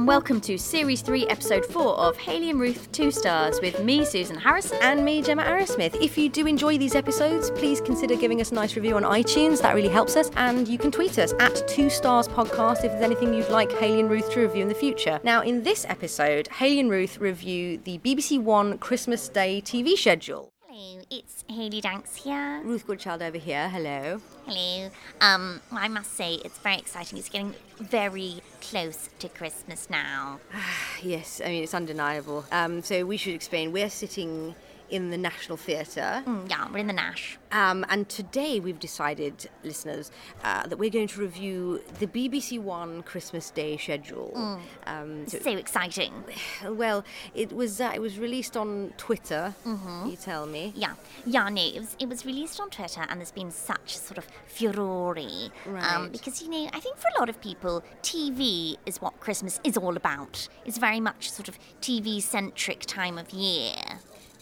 welcome to Series 3, Episode 4 of Haley and Ruth Two Stars with me, Susan Harris. And me, Gemma Arrowsmith. If you do enjoy these episodes, please consider giving us a nice review on iTunes. That really helps us. And you can tweet us at Two Stars Podcast if there's anything you'd like Haley and Ruth to review in the future. Now, in this episode, Haley and Ruth review the BBC One Christmas Day TV schedule. Hello, it's Haley Danks here. Ruth Goodchild over here. Hello. Hello. Um, well, I must say, it's very exciting. It's getting very close to Christmas now. Yes, I mean it's undeniable. Um, so we should explain. We're sitting in the National Theatre, Mm, Yeah, we're in the Nash. um, and today we've decided, listeners, uh, that we're going to review the BBC One Christmas Day schedule. Mm. Um, so- It's so exciting. well, it was uh, it was released on Twitter. Mm-hmm. You tell me. Yeah, yeah, no, it was, it was released on Twitter and there's been such sort of furore. Right. because, you know, I think for a lot of people, TV is what Christmas is all about. It's very much sort of TV centric time of year.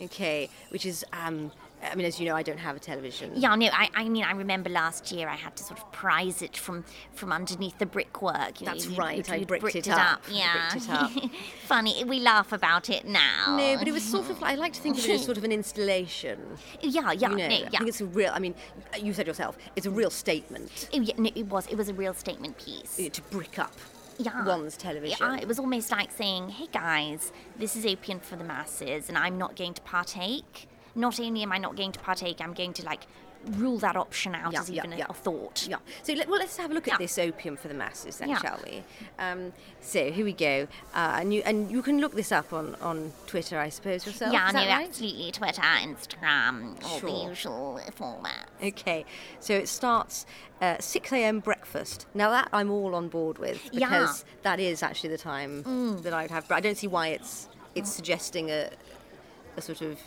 Okay, which is. Um, I mean, as you know, I don't have a television. Yeah, no, I, I mean, I remember last year I had to sort of prise it from, from underneath the brickwork. You know, That's you- right, you'd- I you'd bricked it up. I Yeah. bricked it up. Funny, we laugh about it now. No, but it was sort of. like- I like to think of it as sort of an installation. Yeah, You yeah, know, no, I yeah. think it's a real. I mean, you said yourself, it's a real statement. Oh, yeah, no, it was. It was a real statement piece. to brick up yeah. one's television. Yeah, it was almost like saying, hey guys, this is opium for the masses and I'm not going to partake. Not only am I not going to partake, I'm going to like rule that option out Yeah, as yeah, even a- yeah. a thought. Yeah. So let, well, let's have a look at Yeah. this opium for the masses, then, Yeah. shall we? Um, so here we go, uh, and you and you can look this up on, on Twitter, I suppose yourself. yeah, is no, that right? absolutely. Twitter, Instagram, all Sure. the usual format. Okay. So it starts uh, six a.m. breakfast. Now that I'm all on board with Yeah. Mm. because that is actually the time that I would have. But I don't see why it's it's suggesting a a sort of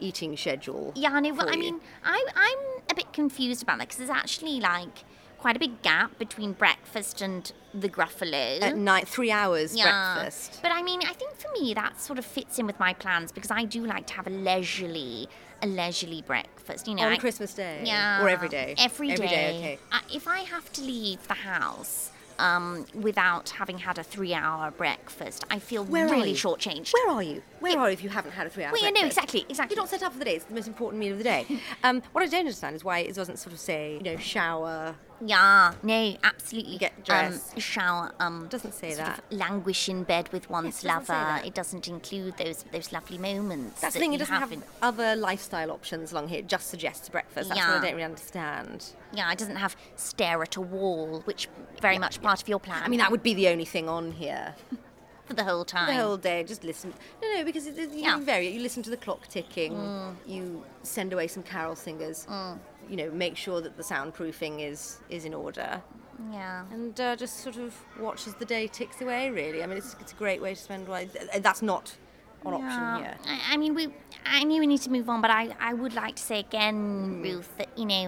eating schedule. Yeah, no, well, for I you. mean, I, I'm a bit confused about that because there's actually like quite a big gap between breakfast and the Gruffalo. at night, three hours Yeah. breakfast. But I mean, I think for me that sort of fits in with my plans because I do like to have a leisurely, a leisurely breakfast. You know, on I- Christmas Day, Yeah. or every day, Every every day. day. Okay. I, if I have to leave the house um, without having had a three-hour breakfast, I feel Where are really you? shortchanged. Where are you? Where are you if you haven't had a three hour Well, yeah, breakfast? no, exactly, exactly. You're not set up for the day. It's the most important meal of the day. Um, what I don't understand is why it doesn't sort of say, you know, shower. Yeah, no, absolutely. Get dressed. Um, shower. Um, Doesn't say sort that. Of languish in bed with doesn't one's say lover. that. It doesn't include those those lovely moments. That's that the thing. It you doesn't have in- other lifestyle options along here. It just suggests breakfast. That's what Yeah. I don't really understand. Yeah, it doesn't have stare at a wall, which very much part of your plan. I mean, that would be the only thing on here for the whole time. the whole day. Just listen. No, no, because it, it- you Yeah. vary. You listen to the clock ticking. You send away some carol singers. You know, make sure that the soundproofing is is in order. Yeah. and uh, just sort of watch as the day ticks away. Really, I mean, it's, it's a great way to spend. Why th- that's not an Yeah. option here. I, I mean, we. I knew we need to move on, but I, I would like to say Mm. again, Ruth, that you know,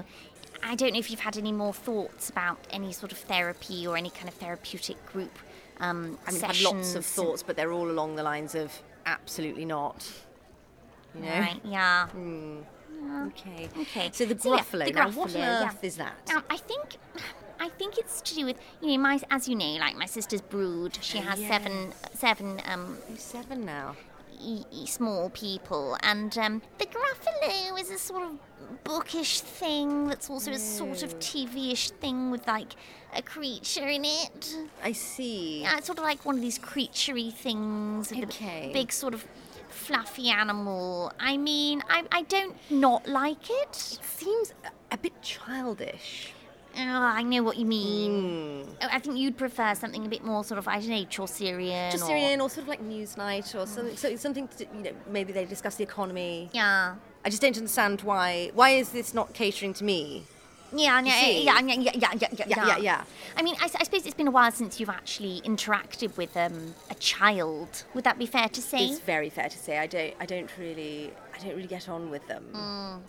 I don't know if you've had any more thoughts about any sort of therapy or any kind of therapeutic group. Um, I mean, I've had lots of sessions. thoughts, but they're all along the lines of absolutely not. You know. Right. Yeah. Okay. Okay. So the So, yeah, gruffalo. the now, what on Gruffalo, yeah. earth is that? Um, I think, I think it's to do with you know my as you know like my sister's brood. She has seven seven um, You're seven now. e- e- small people, and um, the Gruffalo is a sort of bookish thing that's also a sort of TV-ish thing with like a creature in it. I see. Yeah, it's sort of like one of these creaturey things with Okay. a big sort of fluffy animal. I mean, I, I don't not like it. Seems a bit childish. Oh, I know what you mean. Hmm. Oh, I think you'd prefer something a bit more sort of, I don't know, Chaucerian. Just or, in, or sort of like Newsnight, or Mm. something. So something to, you know, maybe they discuss the economy. Yeah. I just don't understand why. Why is this not catering to me? Yeah, yeah, see? yeah, yeah, yeah, yeah, yeah, yeah, yeah, yeah. I mean, I, s- I suppose it's been a while since you've actually interacted with um, a child. Would that be fair to say? It's very fair to say I don't I don't really I don't really get on with them.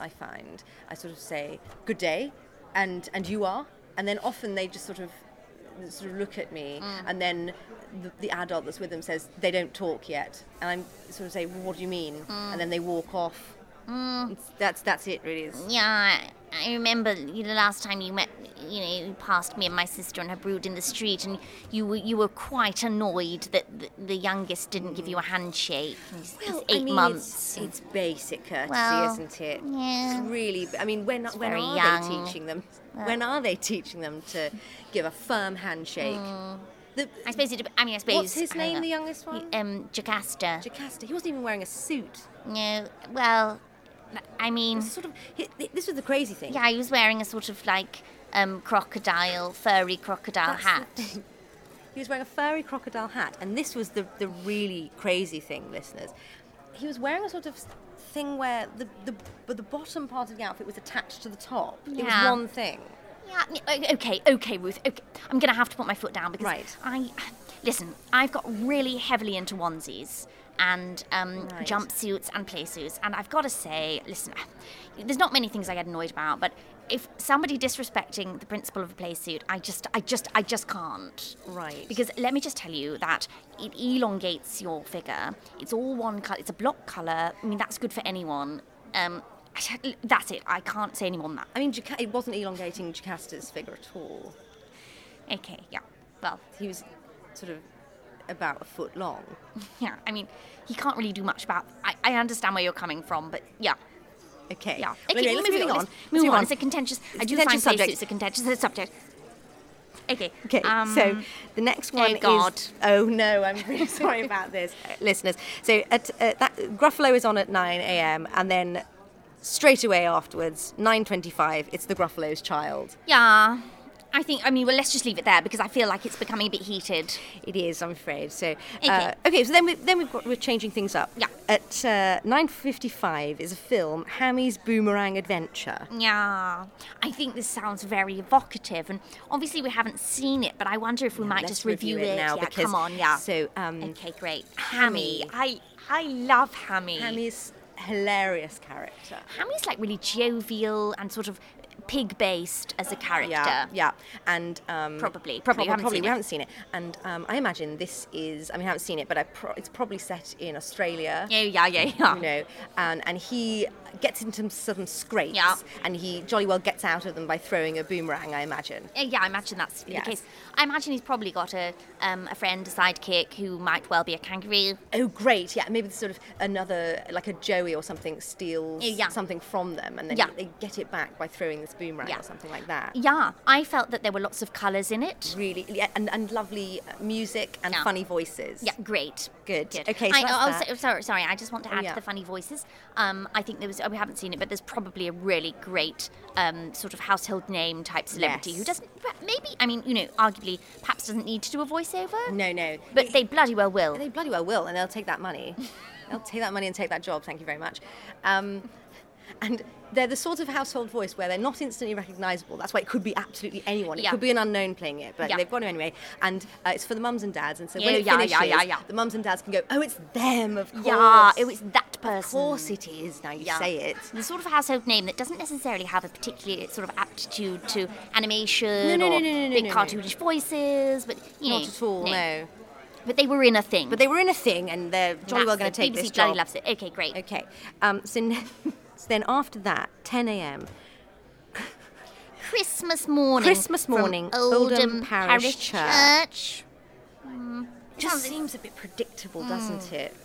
I find I sort of say good day, and and you are, and then often they just sort of sort of look at me, and then the, the adult that's with them says they don't talk yet, and I'm sort of say well, what do you mean, and then they walk off. It's- That's that's it, really. It's- Yeah, I I remember the last time you met, you know, you passed me and my sister and her brood in the street, and you were you were quite annoyed that the, the youngest didn't give you a handshake. He's, he's Hmm. Well, I eight mean, months. It's, it's basic courtesy, Well, isn't it? yeah. It's really. I mean, when when very are young. they teaching them? when are they teaching them to give a firm handshake? Mm. The, I suppose it. I mean, I suppose. what's his I don't name? know. The youngest one. Um, Jocasta. Jocasta. He wasn't even wearing a suit. no, well, I mean, Sort of. He, th- this was the crazy thing. yeah, he was wearing a sort of like um, crocodile, furry crocodile That's the hat. thing. He was wearing a furry crocodile hat, and this was the, the really crazy thing, listeners. He was wearing a sort of thing where the, the, but the bottom part of the outfit was attached to the top. It was Yeah. one thing. Yeah, n- o- okay, okay, Ruth. Okay, I'm going to have to put my foot down because Right. I listen. I've got really heavily into onesies and um, Right. jumpsuits and play suits, and I've got to say, listen, there's not many things I get annoyed about, but if somebody disrespecting the principle of a play suit, I just, I just, I just can't. Right. Because let me just tell you that it elongates your figure. It's all one color. It's a block color. I mean, that's good for anyone. Um, that's it. I can't say any more than that. I mean, Jaca- it wasn't elongating Jacasta's figure at all. Okay, yeah. Well, He was sort of about a foot long. yeah, I mean, he can't really do much about. I, I understand where you're coming from, but yeah, Okay. yeah. Well, Okay, anyway, let's moving move on. on. let's Let's Move on. It's a contentious. I It's do contentious find subject. It's a contentious subject. Okay. Okay, so um, the next one God. is. Oh no, I'm really sorry about this, uh, listeners. So at, uh, that Gruffalo is on at 9 a.m. and then straight away afterwards, 9:25, it's the Gruffalo's child. yeah, I think. I mean, well, let's just leave it there because I feel like it's becoming a bit heated. It is, I'm afraid. So uh, okay, Okay. so then we, then we've got we're changing things up. Yeah. At uh, 9:55 is a film, Hammy's Boomerang Adventure. Yeah, I think this sounds very evocative, and obviously we haven't seen it, but I wonder if we might Let's just review, it now Yeah, because come on, yeah. So um, okay, great. Hammy, I I love Hammy. Hammy's hilarious character. Hammy's like really jovial and sort of pig based as a character. Yeah, yeah, and um, Probably, probably, prob- we haven't probably seen we it. haven't seen it. And um, I imagine this is—I mean, I haven't seen it, but I pro- it's probably set in Australia. Yeah, yeah, yeah, yeah. You know, and and he gets into some scrapes, Yeah. and he jolly well gets out of them by throwing a boomerang. I imagine. Uh, Yeah, I imagine that's Yes. the case. I imagine he's probably got a um, a friend, a sidekick who might well be a kangaroo. Oh, great! Yeah, maybe sort of another, like a Joey or something, steals Yeah. something from them, and then Yeah. they get it back by throwing this boomerang Yeah. or something like that. Yeah, I felt that there were lots of colours in it. Really, yeah, and, and lovely uh, music and Yeah. funny voices. Yeah, great. Good. Okay, so I, that's oh, that. Oh, so- sorry, sorry. I just want to add yeah. to the funny voices. Um, I think there was. oh, we haven't seen it, but there's probably a really great um, sort of household name type celebrity who Yes. doesn't. Maybe I mean, you know, arguably, perhaps doesn't need to do a voiceover. No, no, But they bloody well will. They bloody well will, and they'll take that money. they'll take that money and take that job. Thank you very much. Um, and they're the sort of household voice where they're not instantly recognisable. That's why it could be absolutely anyone. It Yeah. could be an unknown playing it, but Yeah. they've got to anyway. And uh, it's for the mums and dads. And so when Yeah, it yeah, finishes, yeah, yeah, yeah. the mums and dads can go, "Oh, it's them, of course." Yeah, it was that person. Of course, it is. Now you Yeah. say it. The sort of household name that doesn't necessarily have a particular sort of aptitude to animation No, no, no, or no, no, no, big no, no. cartoonish voices, but you know, Not at all. No. But they were in a thing. But they were in a thing, and they're jolly well going to take BBC this bloody job. loves it. Okay, great. Okay. Um, so, n- so then after that, 10 a.m. Christmas morning. Christmas from morning, Oldham, Oldham Parish Church. Church. just Sounds- seems a bit predictable, doesn't Hmm. it?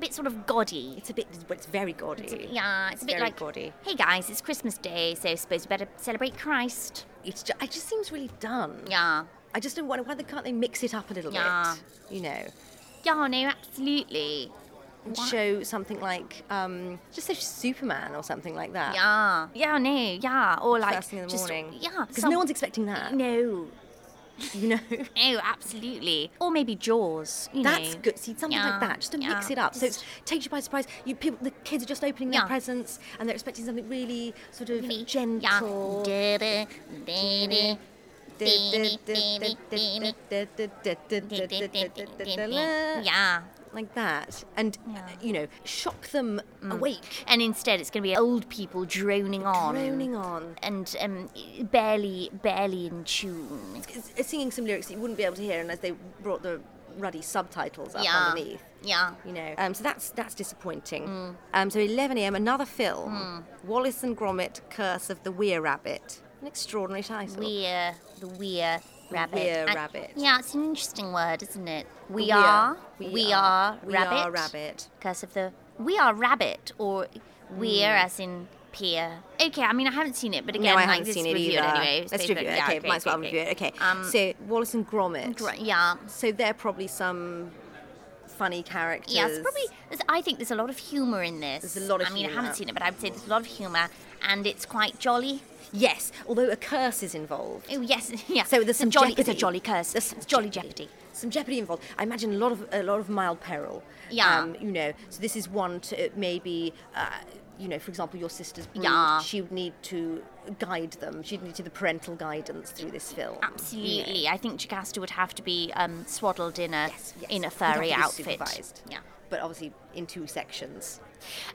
Bit sort of gaudy. It's a bit. It's very gaudy. Yeah, it's a bit very like. gaudy. Hey guys, it's Christmas Day, so I suppose we better celebrate Christ. It's just, it just seems really done. Yeah. I just don't wonder why they can't they mix it up a little Yeah. bit. You know, Yeah, no, absolutely. and Why- show something like um, just say Superman or something like that. Yeah. Yeah, no, yeah. Or like Uh, First thing in the just- morning. Yeah. Because some- no one's expecting that. No. You know. No, absolutely. Or maybe Jaws. You That's know. good. See something Yeah, like that, just to mix yeah, it up, so it just- takes you by surprise. You people, the kids are just opening their Yeah. presents, and they're expecting something really sort of Really, gentle. Yeah. Da-da, da-da. Yeah. like that and Yeah. you know shock them awake And instead, it's going to be old people droning on, droning on and um, barely, barely in tune. It's- it's singing some lyrics that you wouldn't be able to hear unless they brought the ruddy subtitles up Yeah. underneath Yeah. you know. Um, so that's that's disappointing. Um, so 11 a.m. another film, Wallace and Gromit: Curse of the Weir Rabbit. An extraordinary title. We're the we're rabbit. weir And- rabbit. Yeah, it's an interesting word, isn't it? We, Weir. are. We We, are. are, We rabbit. are rabbit. Curse of the. We are rabbit, or we're as in peer. Okay, I mean I haven't seen it, but again, Hmm. no, I like, haven't this seen is it reviewed either. Anyway, so Let's you've review it. got- yeah, okay, great, might as well great, review it. great. Okay. Um, so Wallace and Gromit. gr- yeah. So they're probably some funny characters. Yeah, it's probably. there's- I think there's a lot of humour in this. There's a lot of I mean, I humour. haven't seen it, but I would say there's a lot of humour, and it's quite jolly. Yes, although a curse is involved. Oh yes, yeah. So there's It's a some jolly. jeopardy. It's a jolly curse. There's some it's jolly jeopardy. Some jeopardy involved. I imagine a lot of a lot of mild peril. Um, Yeah. you know, so this is one to uh, maybe, uh, you know, for example, your sister's brood. Yeah. She would need to guide them. She'd need to the parental guidance through this film. Absolutely, I think Jocasta would have to be um, swaddled in a Yes, yes. in a You'd have to furry be outfit. supervised. Yeah. But obviously in two sections.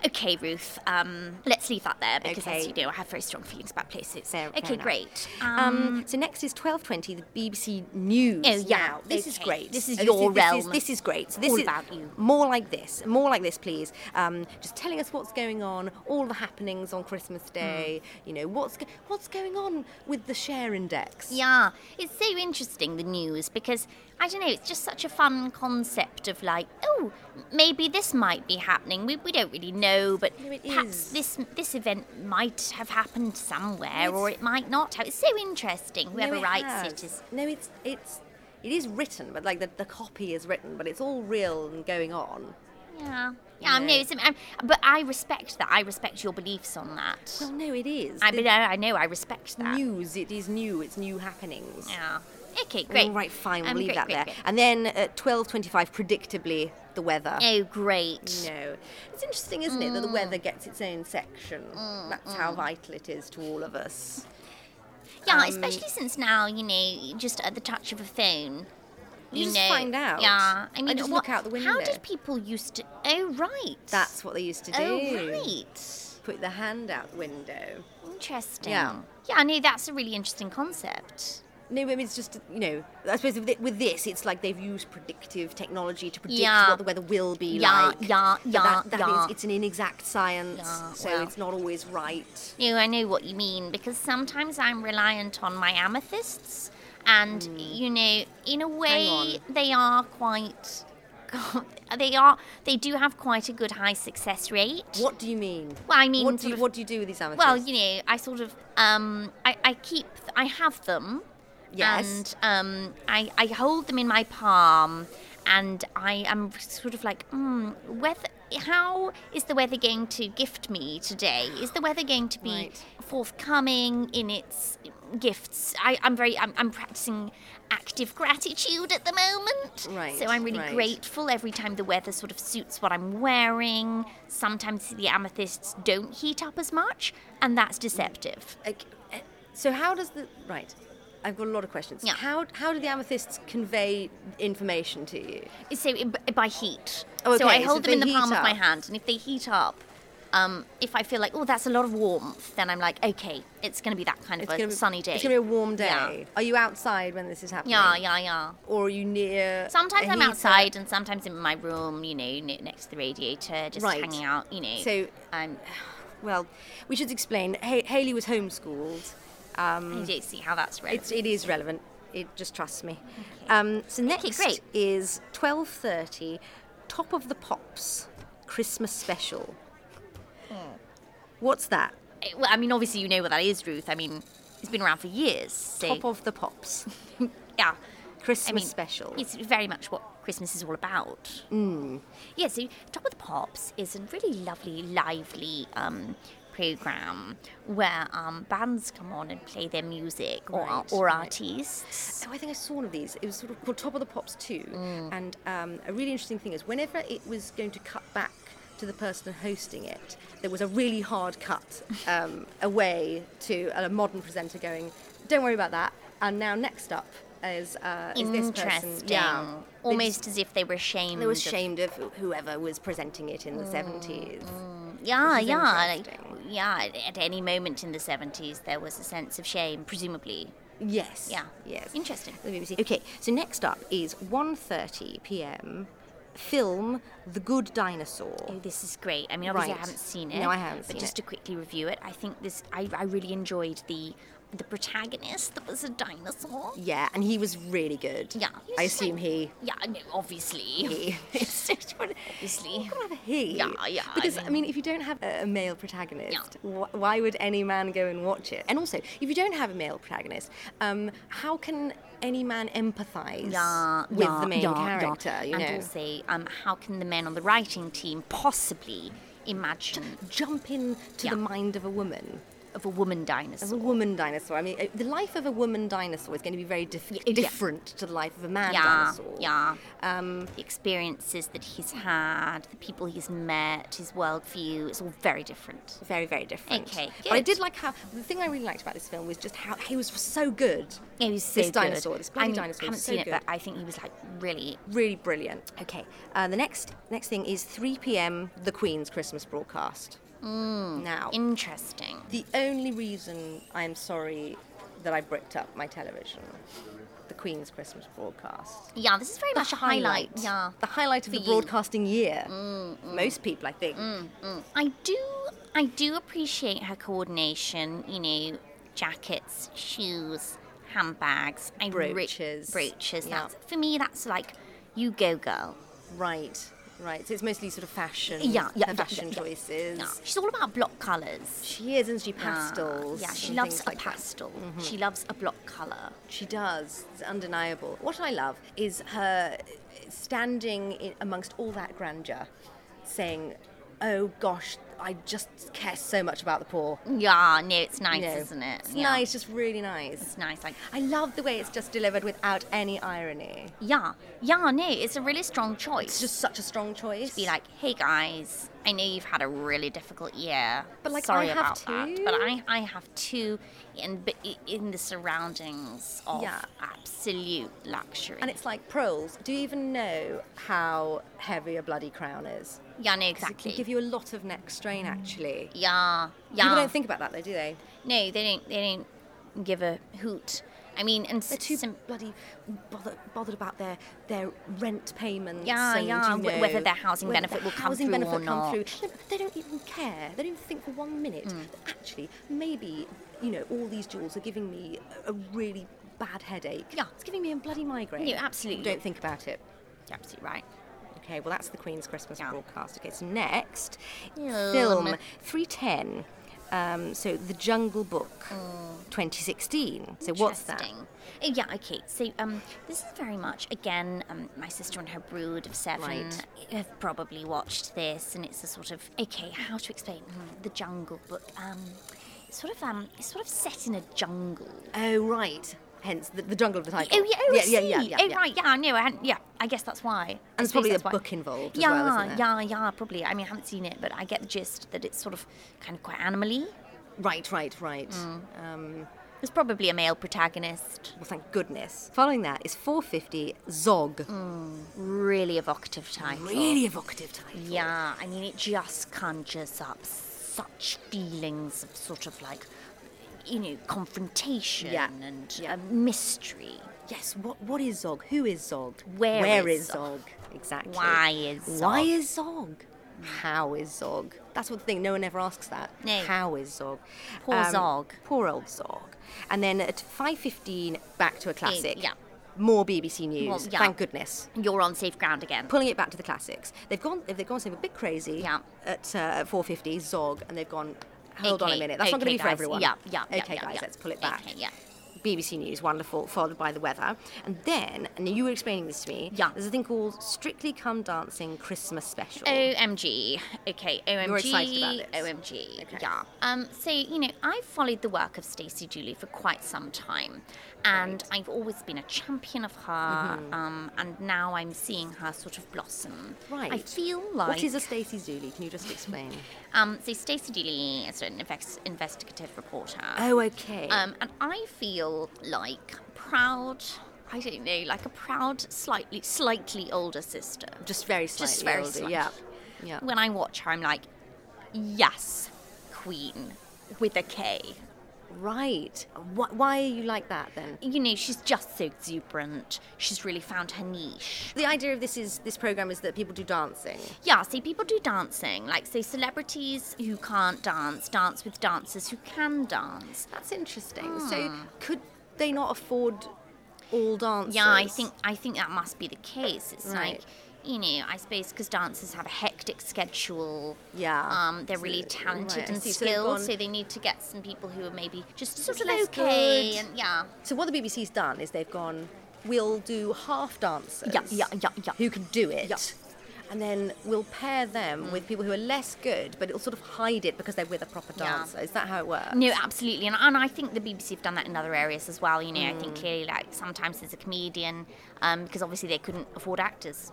Okay, Ruth. Um, let's leave that there because, as Okay. you know, I have very strong feelings about places. Fair- okay, fair enough. great. Um, Um, so next is twelve twenty, the BBC News. Oh, yeah. Now. This is Okay. great. This is Uh, your this Is, realm. this is great. So this All is about you. More like this. More like this, please. Um, just telling us what's going on, all the happenings on Christmas Day. You know what's go- what's going on with the share index. yeah, it's so interesting the news because I don't know. It's just such a fun concept of like, oh, maybe this might be happening. We, we don't really know, but No, it perhaps is. this this event might have happened somewhere, It's- or it might not. have. It's so interesting. No, Whoever it writes has. it is No, it's it's it is written, but like the, the copy is written, but it's all real and going on. Yeah. Yeah, No. no, it's, i but I respect that. I respect your beliefs on that. Well, Oh, no, it is. I The mean, I, I know, I respect that. news. It is new. It's new happenings. Yeah. Okay, great. All right, fine, we'll Um, leave great, that great, there. great. And then at 12.25, predictably, the weather. Oh, great. No. It's interesting, isn't it, that the weather Mm. gets its own section. That's how vital it is to all of us. um, Yeah, especially since now, you know, just at the touch of a phone. You You, just know, find out. Yeah, I I mean, just what- look out the How window. did people used to? Oh, right. That's what they used to do. Oh, right. Put their hand out the window. Interesting. Yeah, I know that's a really interesting concept. No, I mean, it's just, you know, I suppose with thi- with this, it's like they've used predictive technology to predict Yeah. what the weather will be Yeah, like. yeah, But yeah, that- that is- yeah. it's an inexact science, Yeah, so well. it's not always right. No, I know what you mean because sometimes I'm reliant on my amethysts, and you know, in a way, they are quite. They are. They do have quite a good high success rate. What do you mean? Well, I mean, what do sort you, of- what do you do with these amethysts? Well, you know, I sort of, um, I, I keep, I have them. Yes. And um, I, I hold them in my palm, and I am sort of like, mm, whether, how is the weather going to gift me today? Is the weather going to be Right. forthcoming in its gifts? I, I'm very, I'm, I'm practicing active gratitude at the moment. Right, So I'm really right. grateful every time the weather sort of suits what I'm wearing. Sometimes the amethysts don't heat up as much, and that's deceptive. Like, uh, so how does the right? I've got a lot of questions. Yeah. How how do the amethysts convey information to you? So it- by heat. Oh, So I okay, so hold they them in the palm heat of my up. hand, and if they heat up, um, if I feel like oh that's a lot of warmth, then I'm like okay, it's going to be that kind of a gonna be, sunny day. It's gonna be a warm day. Yeah. Are you outside when this is happening? yeah, yeah, yeah. Or are you near? Sometimes i I'm outside, and sometimes in my room, you know, ne- next to the radiator, just Right. hanging out, you know. So- I'm, Well, we should explain. Ha- Haley was homeschooled. I don't see how that's relevant. Mm. It's, it is relevant. It just trusts me. Um, so next great. is twelve thirty. Top of the Pops Christmas special. Hmm. What's that? Eh, Well, I mean, obviously you know what that is, Ruth. I mean, it's been around for years. So, Top of the Pops yeah, Christmas I mean, special. It's very much what Christmas is all about. Mm. Yeah. So, Top of the Pops is a really lovely, lively um, program where um, bands come on and play their music or Right, or right. artists. So I think I saw one of these. It was sort of called Top of the Pops 2. Mm. And um, a really interesting thing is, whenever it was going to cut back to the person hosting it, there was a really hard cut um, away to a modern presenter going, don't worry about that. And now next up is, uh, is this person. Interesting. Yeah. They just- Almost as if they were ashamed. They were of- ashamed of whoever was presenting it in the Mm, 70s. Yeah, which is yeah, like, interesting. yeah. At any moment in the seventies, there was a sense of shame, presumably. Yes. Yeah. Yes. Interesting. The BBC. Okay, so next up is 1.30 p.m. film The Good Dinosaur. Oh, this is great. I mean, obviously Right. I haven't seen it. No, I haven't But seen just it. to quickly review it, I think this. I, I really enjoyed the the protagonist that was a dinosaur. Yeah, and he was really good. Yeah. I assume he. Yeah, no, obviously. He. obviously. he. Yeah, yeah, I Because I mean, mean- if you don't have a, a male protagonist, Yeah. wh- why would any man go and watch it? And also, if you don't have a male protagonist, um, how can any man empathise Yeah, with yeah, the main yeah, yeah. character? You and know, also, um, how can the men on the writing team possibly imagine jump into Yeah. the mind of a woman. of a woman As a dinosaur? woman dinosaur, I mean, uh, the life of a woman dinosaur is going to be very dif- yeah. different to the life of a man Yeah, dinosaur. yeah. Um, The experiences that he's had, the people he's met, his worldview, it's all very different. very, very different. Okay, But I good. did like how the thing I really liked about this film was just how he was so good. It was so this good. dinosaur, this bloody I mean, dinosaur, haven't was so seen it, good. but I think he was like really. really brilliant. Okay, uh, the next next thing is 3 p.m. The Queen's Christmas broadcast. Mm. now, Interesting. the only reason I'm sorry that I bricked up my television, the Queen's Christmas broadcast. Yeah, this is very much a highlight. Yeah. the highlight of for the you. Mm, broadcasting year. Most people, I think. I do I do appreciate her coordination, you know, jackets, shoes, handbags, I re- Brooches. brooches. Yeah. That's for me that's like you go girl. Right, right. So it's mostly sort of fashion. Yeah, yeah, her yeah, fashion yeah, yeah. choices. Yeah. She's all about block colours. She is, isn't she? Yeah. Pastels. Yeah, she and loves things a like that. Mm-hmm. pastel. She loves a block colour. She does. It's undeniable. What I love is her standing in amongst all that grandeur, saying, "Oh gosh, I just care so much about the poor." Yeah, no, it's nice, You know, isn't it? It's yeah. nice, just really nice. It's nice, like I love the way it's just delivered without any irony. yeah, yeah, no, it's a really strong choice. It's just such a strong choice. be like, hey guys, I know you've had a really difficult year. But, like, sorry I have about too." that. But I, I have too, in but i- in the surroundings of Yeah. absolute luxury. and it's like, Proles, do you even know how heavy a bloody crown is? yeah, no, 'Cause It exactly. can give you a lot of neck strain, actually. yeah, yeah. People don't think about that, though, do they? no, they don't. They don't give a hoot. I mean, and They're s- too some- bloody bothered, bothered about their, their rent payments. Yeah, and, yeah, you wh- know, whether their housing whether benefit their will come housing through benefit or come not. Hmm. through. No, they don't even care. They don't even think for one minute that actually maybe you know all these jewels are giving me a a really bad headache. Yeah. it's giving me a bloody migraine. No, absolutely. Don't think about it. you're absolutely right. Okay, well that's the Queen's Christmas Yeah. broadcast. Okay, so next Film. film 310. Um, so the Jungle Book, 2016. So what's that? Hmm. Interesting. Uh, Yeah, okay. So um, this is very much, again, um, my sister and her brood of seven Right. have probably watched this, and it's a sort of, okay, how to explain hmm, the jungle book. Um, it's sort of um, it's sort of set in a jungle. Oh right. Hence the, the jungle of the title. Oh yeah, oh, I yeah, yeah, see. yeah, yeah, oh yeah. right, yeah, I know. I hadn't- yeah, I guess that's why. And there's probably a book involved as Yeah, well, isn't there? yeah, yeah, probably. I mean, I haven't seen it, but I get the gist that it's sort of kind of quite animally. Right, right, right. Mm. Um, There's probably a male protagonist. well, thank goodness. Following that is 450 Zog. Mm, Really evocative title. Really evocative title. Yeah, I mean, it just conjures up such feelings of sort of like, you know, confrontation Yeah, and yeah. uh, mystery. Yes. What What is Zog? Who is Zog? Where Where is is Zog? Zog? Exactly. Why is Why Zog? is Zog? How is Zog? That's what the thing. No one ever asks that. No. How is Zog? Um, Poor Zog. Poor old Zog. And then at 5:15, back to a classic. yeah. More BBC News. Well, yeah. Thank goodness. You're on safe ground again. pulling it back to the classics. They've gone, if they've gone, say, a bit crazy Yeah. at uh, 450 Zog, and they've gone. Hold on a Okay, minute. That's not going to okay, be for guys. everyone. Yeah, yeah, yeah, Okay, yeah, guys, yeah. let's pull it back. Okay, yeah. BBC News, wonderful, followed by the weather, and then, and you were explaining this to me. Yeah. There's a thing called Strictly Come Dancing Christmas Special. Oh, OMG. Okay, OMG. excited about this. OMG. Okay. Yeah. Um, so, you know, I've followed the work of Stacey Dooley for quite some time, and I've always been a champion of her, Mm-hmm. um, and now I'm seeing her sort of blossom. I Right. feel like. What is a Stacey Zuli? Can you just explain? Um, so Stacey Dooley is an invest- investigative reporter. oh, okay. Um, and I feel like proud. I don't know, like a proud, slightly, slightly older sister. just very slightly. just very older. slightly. Yeah. Yeah. When I watch her, I'm like, yes, Queen with a K. Right. Wh- why are you like that then? You know, she's just so exuberant. She's really found her niche. The idea of this is this program is that people do dancing. Yeah, see, people do dancing. Like, say, celebrities who can't dance dance with dancers who can dance. That's interesting. So Hmm. could they not afford all dancers? Yeah, I think I think that must be the case. It's Right. like, you know, I suppose because dancers have a hectic schedule. Yeah. Um, they're really So- talented right, I and see. So they've skilled, gone- so they need to get some people who are maybe just sort Just of less okay good. and yeah. So what the BBC's done is they've gone, we'll do half dancers. Yeah, yeah, yeah, yeah. Who can do it. Yeah. Hmm. And then we'll pair them with people who are less good, but it'll sort of hide it because they're with a proper Yeah. dancer. Is that how it works? No, absolutely, and, and I think the BBC have done that in other areas as well. You know, I Mm. think clearly, like sometimes there's a comedian um, because obviously they couldn't afford actors.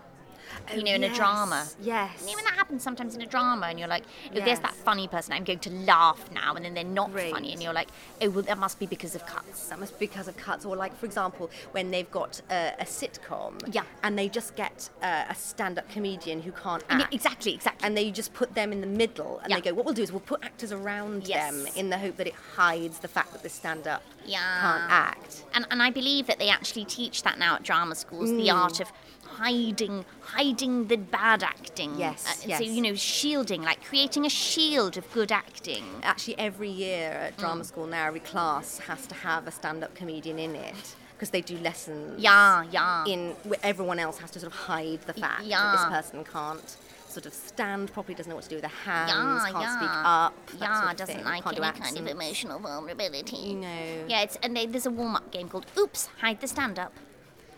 Oh, you know, in a drama. Yes. And even that happens sometimes in a drama, and you're like, oh, Yes. there's that funny person. I'm going to laugh now, and then they're not Right. funny, and you're like, oh, well, that must be because of cuts. that must be because of cuts or like for example when they've got a, a sitcom Yeah. and they just get uh, a stand-up comedian who can't And it- act exactly, exactly. and they just put them in the middle and Yeah. they go what we'll do is we'll put actors around Yes. them in the hope that it hides the fact that this stand-up Yeah. can't act And, and I believe that they actually teach that now at drama schools the Mm. art of hiding hiding the bad acting. Uh, Yes, yes. So, you know, shielding, like creating a shield of good acting. actually every year at Hmm. drama school now every class has to have a stand-up comedian in it because they do lessons Yeah, yeah. in where everyone else has to sort of hide the fact that yeah. this person can't sort of stand properly, doesn't know what to do with their hands, yeah, can't yeah. speak up, that yeah, sort of doesn't thing, like can't do any kind of accents. emotional vulnerability. No. Yeah, it's and they, there's a warm up game called Oops, Hide the Stand Up.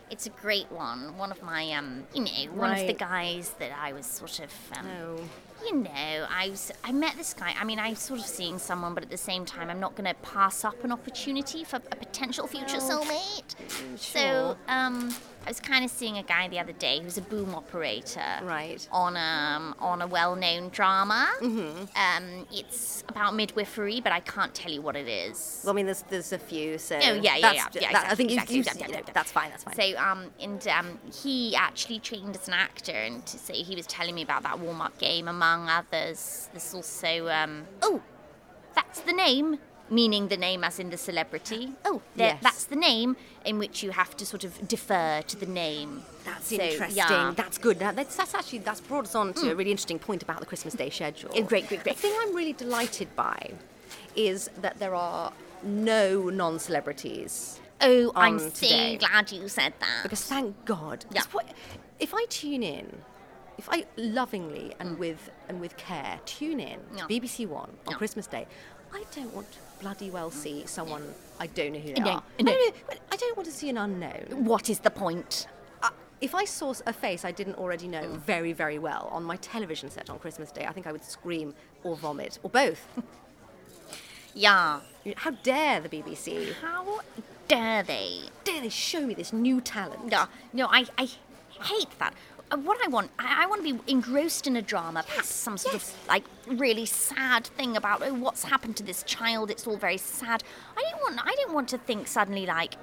It's a great one. One of my, um, you know, one of the Right. guys that I was sort of, um, No. you know, I was, I met this guy. I mean, I'm sort of seeing someone, but at the same time, I'm not going to pass up an opportunity for a potential future Well, soulmate. sure. So, um, I was kind of seeing a guy the other day who's a boom operator Right. Mm-hmm. on um on a well-known drama. Um, it's about midwifery, but I can't tell you what it is. Well, I mean, there's there's a few, so Oh, yeah, yeah, that's, yeah, yeah, that- I think exactly, you, exactly, you, exactly, you know, exactly. that's fine. That's fine. So um and um he actually trained as an actor, and to say he was telling me about that warm-up game among others. There's also um oh, that's the name. Meaning the name as in the celebrity. Oh, there, Yes. that's the name in which you have to sort of defer to the name. that's so, interesting. yeah. Hmm. That's good. Now, that's, that's actually that's brought us on to a really interesting point about the Christmas Day schedule. Oh, great, great, great. The thing I'm really delighted by is that there are no non-celebrities. Oh, I'm on so today. glad you said that. Because thank God. Yeah. It's what- if I tune in, if I lovingly and with and with care tune in Hmm. Yeah. to BBC One on Yeah. Hmm. Christmas Day, I don't want to bloody well see someone I don't know who they No, are. no. I, don't know, I don't want to see an unknown. what is the point? Uh, if I saw a face I didn't already know Mm. very, very well on my television set on Christmas Day, I think I would scream or vomit or both. Yeah. How dare the BBC? How dare they? Dare they show me this new talent? No, no, I, I hate that. Uh, What I want, I, I want to be engrossed in a drama, perhaps some sort yes. of like really sad thing about oh, what's happened to this child. It's all very sad. I don't want, I don't want to think suddenly like,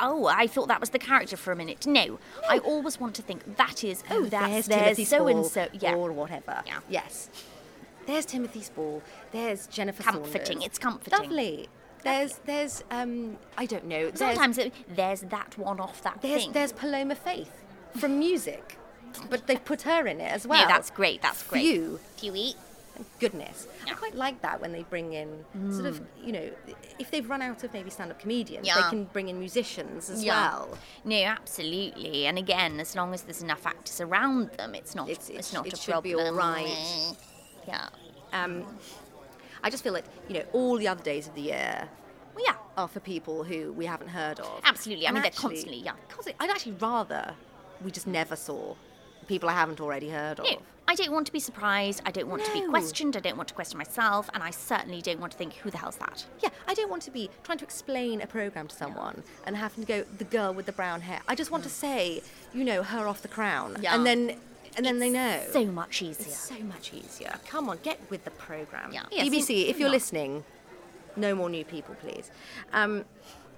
oh, I thought that was the character for a minute. No, I always want to think that is oh, that's Timothy there's so and so. Spall Yeah, or whatever. Yeah. Yes. There's Timothy Spall. There's Jennifer. Comforting, Saunders. it's comforting. Lovely. There's there's um I don't know. There's, sometimes it, there's that one off that there's thing. there's Paloma Faith from music, but they put her in it as well. no, that's great. That's great. Phew. Few. Thank goodness. I Yeah. Mm. quite like that when they bring in sort of you know if they've run out of maybe stand-up comedians, they Yeah. can bring in musicians as well. No, absolutely. And again, as long as there's enough actors around them, it's not It's- it's, it sh- not it a should problem. be all right. Yeah. I just feel like you know all the other days of the year Well, yeah. are for people who we haven't heard of. Absolutely. I And mean, they're actually- constantly young. Constantly, I'd actually rather we just never saw people I haven't already heard of. No, I don't want to be surprised. I don't want to be Oh. No. questioned. I don't want to question myself, and I certainly don't want to think, "Who the hell's that?" Yeah, I don't want to be trying to explain a program to someone and having to go the girl with the brown hair. I just want to say, you know, her off the crown, Mm. Yeah. and then and then they know. So much easier. It's so much easier. Come on, get with the program. Yeah. Yeah, BBC, see, if you're not- listening, no more new people, please. Um,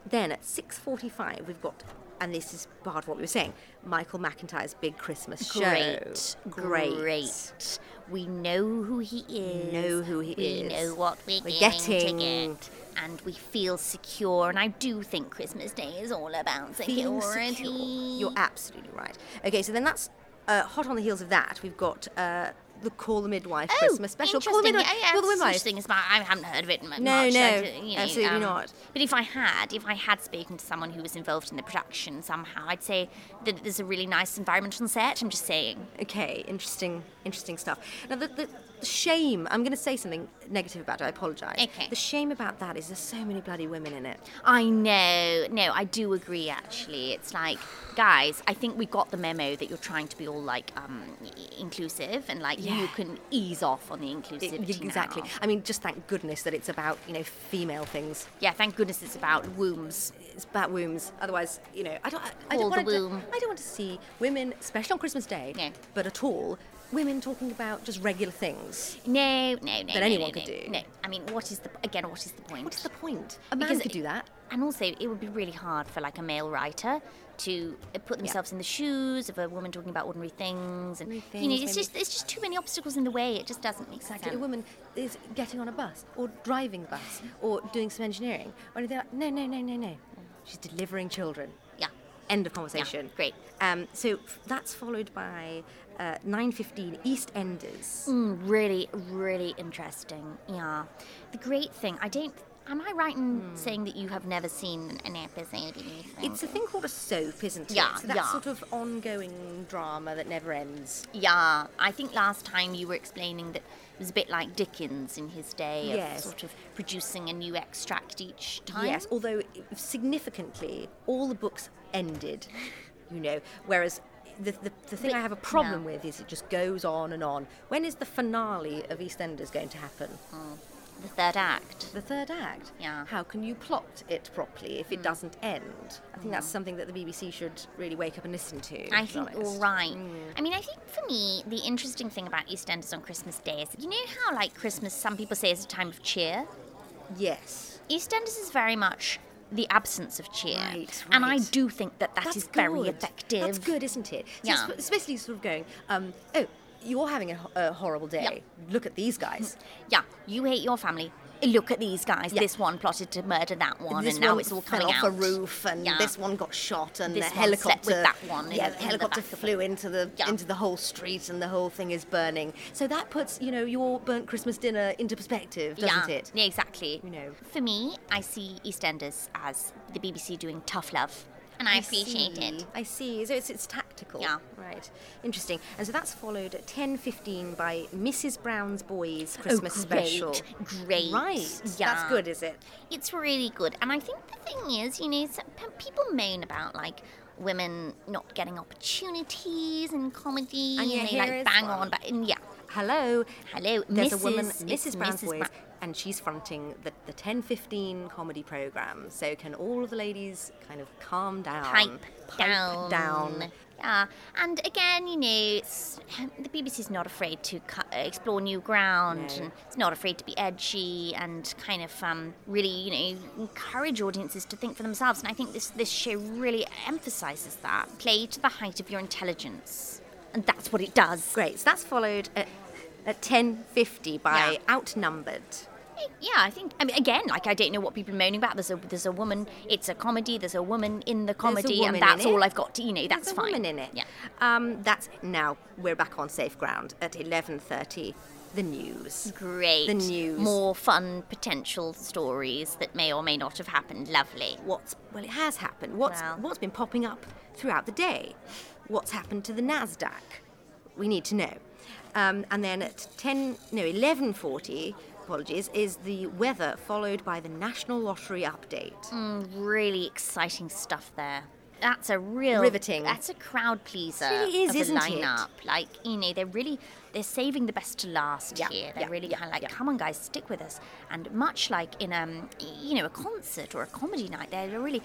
Then at 6.45, we've got, and this is part of what we were saying, Michael McIntyre's big Christmas Great. show. Great. Great. We know who he is. Know who he we is. know what we're, We're getting, getting- to get. And we feel secure. And I do think Christmas Day is all about Feeling security. Oh, secure. You're absolutely right. Okay, so then that's uh, hot on the heels of that. We've got uh, the Call the Midwife Oh, Christmas special. Call the interesting. Midwife. Yeah, yeah, Call the it's Midwife. such thing as my- I haven't heard of it m- much. No, I no, d- you know, um, absolutely not. But if I had, if I had spoken to someone who was involved in the production somehow, I'd say that there's a really nice environment on set. I'm just saying. Okay, interesting, interesting stuff. Now, the, the, the shame, I'm going to say something negative about it, I apologise. Okay. The shame about that is there's so many bloody women in it. I know. No, I do agree. Actually, it's like, guys, I think we got the memo that you're trying to be all like um, i- inclusive and like Yeah. you can ease off on the inclusivity. It- exactly. now. I mean, just thank goodness that it's about, you know, female things. Yeah. Thank goodness it's about wombs. It's about wombs. Otherwise, you know, I don't, I, I Call don't the want to, womb. I don't want to see women, especially on Christmas Day, No. but at all, women talking about just regular things. No, no, no. no, anyone no, could no, do. No, I mean, what is the again? What is the point? What's the point? A man Because could it- do that. And also, it would be really hard for like a male writer to uh, put themselves in the shoes of a woman talking about ordinary things, and Ordinary you know, things, it's maybe- just it's just too many obstacles in the way. It just doesn't make Exactly. A sense. woman is getting on a bus or driving a bus or doing some engineering or anything like No, no, no, no, no. She's delivering children. Yeah. End of conversation. great. Um, so f- that's followed by uh, 9.15 EastEnders. Mm, really, really interesting. Yeah. The great thing, I don't. Am I right in saying that you have never seen an episode? of anything? It's a thing called a soap, isn't it? Yeah, so that yeah. sort of ongoing drama that never ends. Yeah, I think last time you were explaining that it was a bit like Dickens in his day of Yes. sort of producing a new extract each time. Yes, although i- significantly, all the books ended, you know, whereas the, the, the thing But- I have a problem yeah. with is it just goes on and on. When is the finale of EastEnders going to happen? The third act. The third act. Yeah. Hmm. How can you plot it properly if it doesn't end? I think that's something that the BBC should really wake up and listen to. I to be think you're honest. right. I mean, I think for me, the interesting thing about EastEnders on Christmas Day is you know how, like, Christmas, some people say is a time of cheer? Yes. EastEnders is very much the absence of cheer. Right, And I right. do think that that That's is good. very effective. That's good, isn't it? So it's Yeah. sp- especially sort of going, um, oh, you're having a, ho- a horrible day. Look at these guys. Yeah, you hate your family. Look at these guys. Yeah. This one plotted to murder that one, this and now one it's all fell coming off out. a roof, and Yeah. this one got shot, and This the one slept helicopter with that one in Yeah, the- the in the helicopter back of flew into the Yeah. into the whole street, and the whole thing is burning. So that puts you know your burnt Christmas dinner into perspective, doesn't yeah. it? Yeah, exactly. You know. For me, I see EastEnders as the BBC doing tough love, and I, appreciate it. see. I see. So it's, it's tactical. Yeah. Right. Interesting. And so that's followed at 10.15 by Mrs. Brown's Boys Christmas Oh, great, Special. great. Right. That's Yeah. good, is it? It's really good, and I think the thing is, you know, some, pe- people moan about like women not getting opportunities in comedy, And and, yet they here is like bang one. on, but and yeah, Hello. hello, There's Mrs. a woman, it's Mrs. Brown's Mrs. Boys, Brown. and she's fronting the, the 10.15 comedy programme. So can all of the ladies kind of calm down? pipe, Pipe down. down. Yeah, and again, you know, it's, the BBC's not afraid to cu- explore new ground, No. and it's not afraid to be edgy and kind of um, really, you know, encourage audiences to think for themselves. And I think this this show really emphasises that play to the height of your intelligence, and that's what it does. Great. So that's followed at, at 10.50 by Yeah. Outnumbered. Yeah, I think. I mean, again, like I don't know what people are moaning about. There's a there's a woman. It's a comedy. There's a woman in the comedy, woman and in that's it. all I've got to. You know, that's There's a fine. woman in it. Yeah. Um, that's now we're back on safe ground at 11:30. The news. Great. The news. More fun potential stories that may or may not have happened. Lovely. What's well, it has happened. What's Well. what's been popping up throughout the day? What's happened to the Nasdaq? We need to know. Um, and then at 10, no 11:40, apologies, is the weather followed by the national lottery update. Really exciting stuff there. That's a real Riveting. That's a crowd pleaser. really is, of a isn't it? lineup. Like you know, they're really they're saving the best to last Yeah, here. They're yeah, really yeah, kind of like, yeah. come on, guys, stick with us. And much like in um, you know, a concert or a comedy night, they're really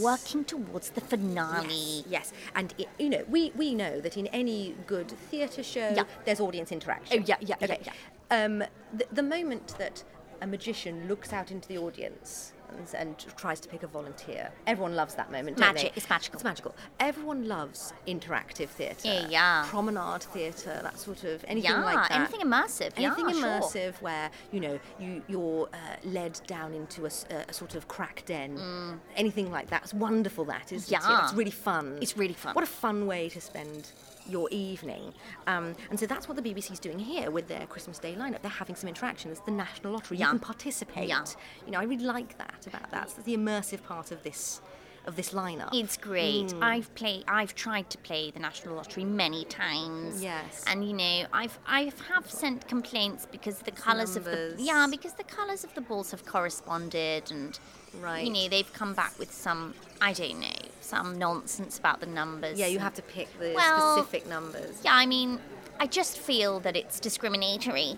working towards the finale. Yes, yes. and i you know we, we know that in any good theatre show, Yeah. there's audience interaction. Oh, yeah, yeah, yeah, okay. Um, the, the moment that a magician looks out into the audience happens and tries to pick a volunteer. Everyone loves that moment, don't Magic. they? It's magical. It's magical. Everyone loves interactive theatre. Yeah, yeah. Promenade theatre, that sort of anything Yeah, like that. anything immersive. yeah, Anything sure. immersive where you know you you're uh, led down into a, s- a sort of crack den. Anything like that's wonderful. That isn't Mm. Yeah. it? It's really fun. It's really fun. What a fun way to spend your evening. Um, and so that's what the BBC's doing here with their Christmas Day lineup. They're having some interaction. There's the National Lottery. Yeah. You can participate. Yeah. You know, I really like that about that. It's the immersive part of this of this lineup. It's great. Hmm. I've played. I've tried to play the national lottery many times. Yes. And you know, I've I have sent complaints because the colours of the numbers. yeah because the colours of the balls have corresponded and Right. You know, they've come back with some I don't know some nonsense about the numbers. yeah, you and- have to pick the Well, specific numbers Yeah, I mean, I just feel that it's discriminatory.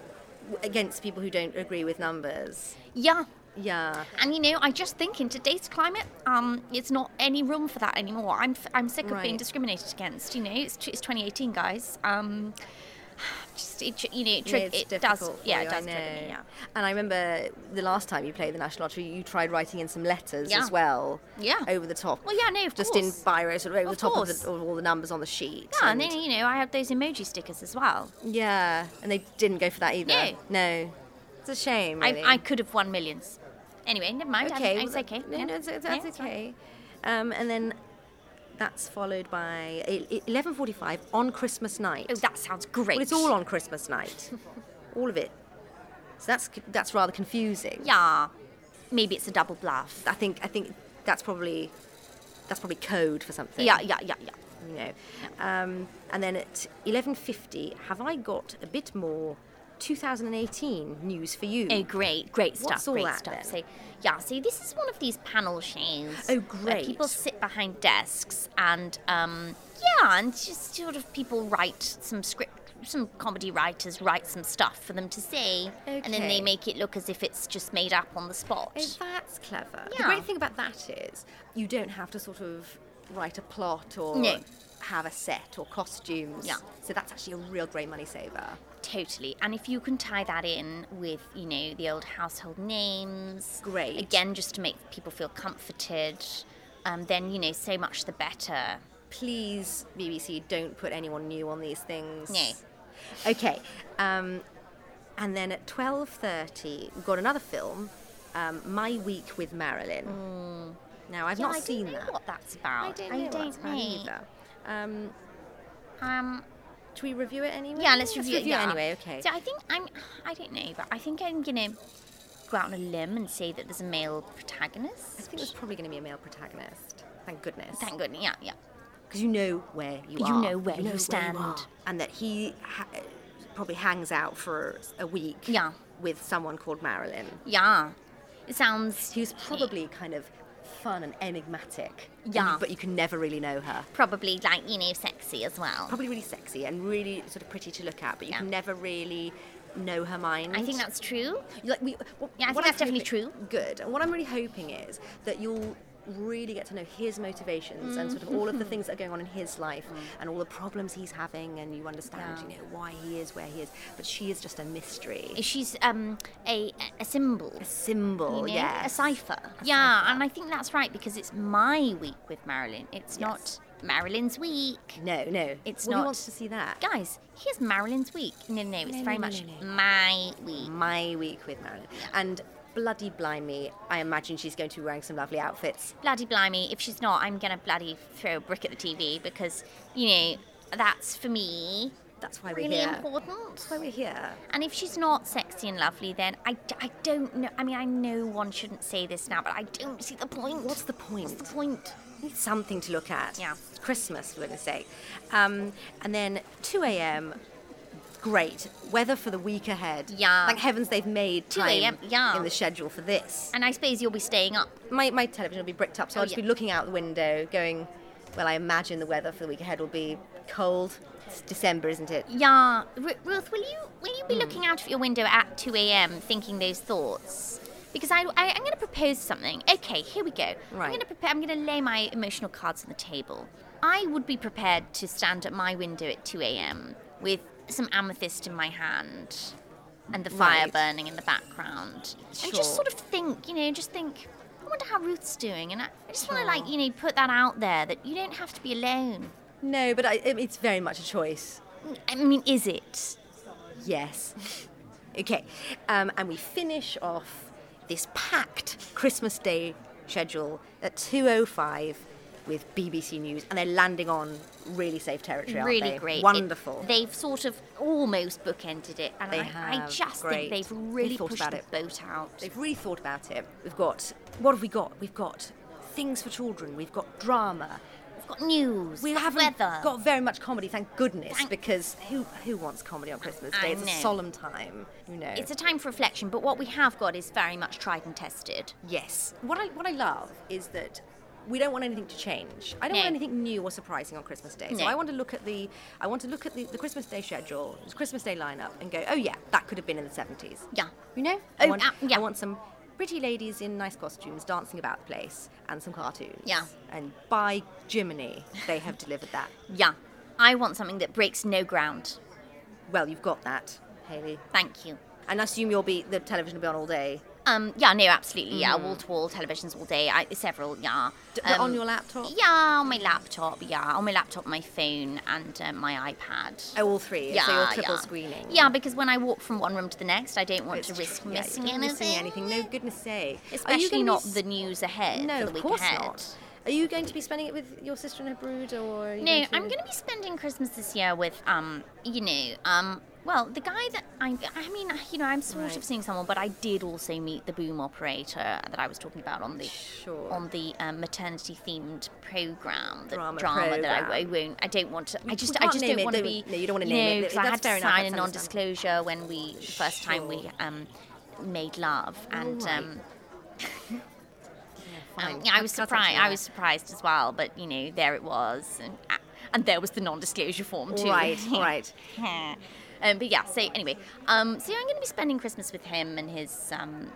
w- against people who don't agree with numbers. Yeah. Yeah. And you know, I just think in today's climate, um, it's not any room for that anymore. I'm, f- I'm sick of being Right. discriminated against. You know, it's, t- it's 2018, guys. Um, just it, tr- you know, it, Yeah, tri- it's it does, difficult for yeah, you, it I does trigger me. know. Yeah, And I remember the last time you played the National Lottery, you tried writing in some letters Yeah. as well. Yeah. Over the top. Well, yeah, no, of Just course. in biro, sort of over Of the top of, course. the, of all the numbers on the sheet. yeah. And then you know, I had those emoji stickers as well. yeah, and they didn't go for that either. No. No. It's a shame. Really. I, I could have won millions. Anyway, never mind. okay. I, well, it's that- okay. No, yeah. no, it's, it's, Yeah, that's fine. okay. Um, and then that's followed by e- e- 11.45 on Christmas night. Oh, that sounds great. Well, it's all on Christmas night. all of it. So that's, c- that's rather confusing. Yeah, maybe it's a double bluff. I think I think that's probably that's probably code for something. Yeah, yeah, yeah, yeah. You know, um, and then at eleven fifty, have I got a bit more? 2018 news for you. Oh, great, great stuff, What's all great that stuff. then? So, yeah, so this is one of these panel shows. Oh, Where great. people sit behind desks and, um, yeah, and just sort of people write some script. Some comedy writers write some stuff for them to say, and then they Okay. make it look as if it's just made up on the spot. Oh, that's clever. The Yeah. great thing about that is you don't have to sort of write a plot or No. have a set or costumes. Yeah. So that's actually a real great money saver. Totally. And if you can tie that in with, you know, the old household names. Great. Again, just to make people feel comforted, um, then, you know, so much the better. please BBC don't put anyone new on these things. No. Okay. Um, and then at 12:30 we've got another film, um, My Week with Marilyn. Now I've Hmm. Yeah, not I seen don't know that. what that's about. I don't know what it's about either. Um, Um, should we review it anyway? yeah, let's review, it yeah. anyway. Okay. So I think I'm, I don't know, but I think I'm gonna go out on a limb and say that there's a male I protagonist. think there's probably going to be a male protagonist. Thank goodness. Thank goodness. Yeah, yeah. because you know where you You are. know where you stand. are. and that he ha- probably hangs out for a week. Yeah. With someone called Marilyn. Yeah. It sounds. She was probably kind of fun and enigmatic. and Yeah. you- But you can never really know her. probably like you know sexy as well. Probably really sexy and really sort of pretty to look at, but you Yeah. can never really know her mind. I think that's true. like we. What, Yeah, I think what that's I'm definitely hoping- true. Good. And what I'm really hoping is that you'll really get to know his motivations and sort of all of Mm-hmm. the things that are going on in his life and all the problems he's having and you understand Mm. Yeah. you know why he is where he is but she is just a mystery She's um a a symbol. a symbol you know, yeah a cipher. yeah, and I think that's right because it's my week with Marilyn. It's Yes. not Marilyn's week. no no It's well, not- who wants to see that Guys, here's Marilyn's week. No, no, it's No, very no, no, much no, no. my week. my week with Marilyn. And bloody blimey, I imagine she's going to be wearing some lovely outfits. Bloody blimey, if she's not, I'm gonna bloody throw a brick at the TV because, you know, that's for me That's why we're really here. important. That's why we're here. And if she's not sexy and lovely, then I, d- I don't know. I mean, I know one shouldn't say this now, but I don't see the point. What's the point? What's the point? We Need something to look at. Yeah. It's Christmas, for goodness sake. Um, and then 2 a.m. Great weather for the week ahead. Yeah. Thank heavens they've made 2 time a.m., yeah. in the schedule for this. And I suppose you'll be staying up. My, my television will be bricked up, so Oh, I'll just yeah. be looking out the window, going, well, I imagine the weather for the week ahead will be cold. It's December, isn't it? Yeah, Ru- Ruth, will you will you be Hmm. looking out of your window at two a.m. thinking those thoughts? Because I, I am going to propose something. Okay, here we go. I'm Right. going to prepare. I'm going to lay my emotional cards on the table. I would be prepared to stand at my window at two a.m. with some amethyst in my hand and the fire Right. burning in the background, and just Sure. sort of think, you know, just think. I wonder how Ruth's doing. And I, I just want to, like, you know, put that out there that you don't have to be alone. No, but I, it- it's very much a choice. I mean, is it? Yes. okay, um, and we finish off this packed Christmas Day schedule at 2.05 with BBC News, and they're landing on really safe territory, aren't really they? great. It- Wonderful. they've sort of almost bookended it, and They I, I have. just Great. think they've They've really thought pushed about the it. boat out. They've really thought about it. We've got, what have we got? We've got things for children, we've got drama, We've got news. We got haven't weather. got very much comedy, thank goodness, Thank- because who who wants comedy on Christmas I Day? It's a know. solemn time, you know. it's a time for reflection, but what we have got is very much tried and tested. yes. What I what I love is that we don't want anything to change. I don't want No. anything new or surprising on Christmas Day. So No. I want to look at the I want to look at the, the Christmas Day schedule, the Christmas Day lineup, and go, oh yeah, that could have been in the seventies. Yeah. You know? I Oh, want, uh, yeah. I want some pretty ladies in nice costumes dancing about the place and some cartoons. Yeah. And by Jiminy, they have delivered that. Yeah. I want something that breaks no ground. Well, you've got that, Haley. Thank you. And I assume you'll be the television will be on all day. Um, yeah, no, absolutely. Yeah, wall to wall televisions all day. I, several, yeah. Mm. D- but on Um, your laptop? Yeah, on my laptop. Yeah, on my laptop, my phone, and um, my iPad. Oh, all three. so you're triple screening. Yeah, because when I walk from one room to the next, I don't want It's to tr- risk yeah, you're missing, not anything. missing anything. No goodness sake. Are you Especially gonna be not s- the news ahead. No, for the of week course ahead. not. Are you going to be spending it with your sister and her brood, or are you No, going to... I'm going to be spending Christmas this year with, um, you know, um, well, the guy that I, I mean, you know, I'm sort Right. of seeing someone, but I did also meet the boom operator that I was talking about on the Sure. on the um, maternity themed program, the Drama drama, that I, I programme. won't, I don't want to, I just, can't I just name don't it, want to don't- be, no, you don't wanna name it. because I That's had fair to enough, sign a that's understandable. non-disclosure when we the first time we Sure. um, made love, and right. um, Fine. um, yeah, I Cut- was cut that surprised. to I there. was surprised as well, but you know, there it was, and uh, and there was the non-disclosure form too. Right, right. um, but yeah. So anyway, um, so I'm going to be spending Christmas with him and his, um,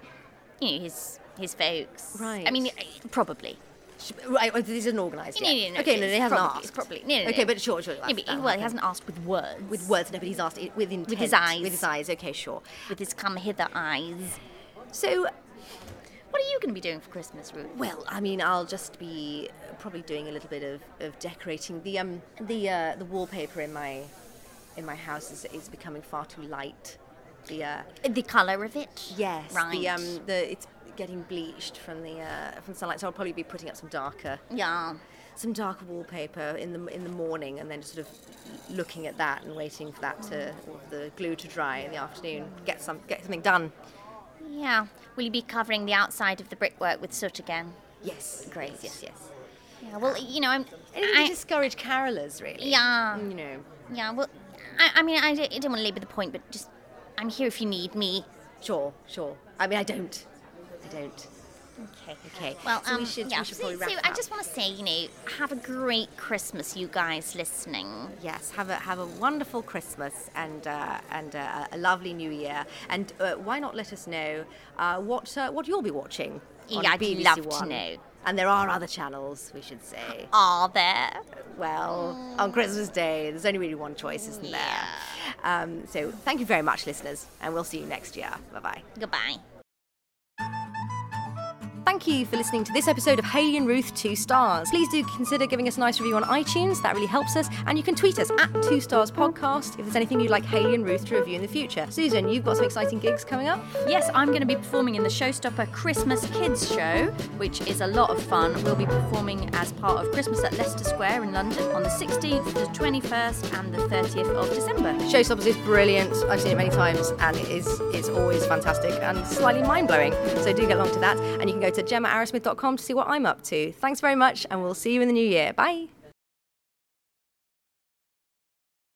you know, his his folks. I mean, Right. uh, probably. Sh- Right, well, this isn't organised No, yet. no, no, okay, no, it's he hasn't probably- asked. it's probably- no, no, Okay, no. but sure, sure. Yeah, but he, well, he hasn't asked with words. With words, no, but he's asked it with intent. his eyes. With his eyes, okay, sure. with his come hither eyes. So, What are you going to be doing for Christmas, Ruth? Well, I mean, I'll just be probably doing a little bit of, of decorating. The um the uh, the wallpaper in my in my house is, is becoming far too light. The uh, the color of it. yes, Right. the um the it's getting bleached from the uh, from sunlight, so I'll probably be putting up some darker yeah. some darker wallpaper in the in the morning, and then just sort of looking at that and waiting for that to all the glue to dry in the afternoon. Get some get something done. Yeah. Will you be covering the outside of the brickwork with soot again? Yes, great. Yes, yes. Yeah. Well, you know, I'm. Anything I- to discourage carolers, really. Um, Yeah. You know. Yeah, well, I, I mean, I don't, I don't want to labour the point, but just, I'm here if you need me. Sure, sure. I mean, I don't. I don't. Okay. Okay. Well, So um, we should- we yeah. should so, probably so wrap I up. just want to say, you know, have a great Christmas, you guys listening. Yes. Have a have a wonderful Christmas and uh, and uh, a lovely New Year. And uh, why not let us know uh, what uh, what you'll be watching on Yeah, I'd BBC love to One. know. And there are other channels, we should say. Are there? Well, on Christmas Day, there's only really one choice, isn't there? Um, so thank you very much, listeners, and we'll see you next year. Bye bye. Goodbye. Thank you for listening to this episode of Haley and Ruth Two Stars. Please do consider giving us a nice review on iTunes, that really helps us. And you can tweet us at Two Stars Podcast if there's anything you'd like Haley and Ruth to review in the future. Susan, you've got some exciting gigs coming up. Yes, I'm going to be performing in the Showstopper Christmas Kids Show, which is a lot of fun. We'll be performing as part of Christmas at Leicester Square in London on the 16th, the 21st, and the 30th of December. Showstoppers is brilliant. I've seen it many times and it is it's always fantastic and slightly mind-blowing. So do get along to that. And you can go to gemmaarismith.com to see what I'm up to. Thanks very much and we'll see you in the new year. Bye.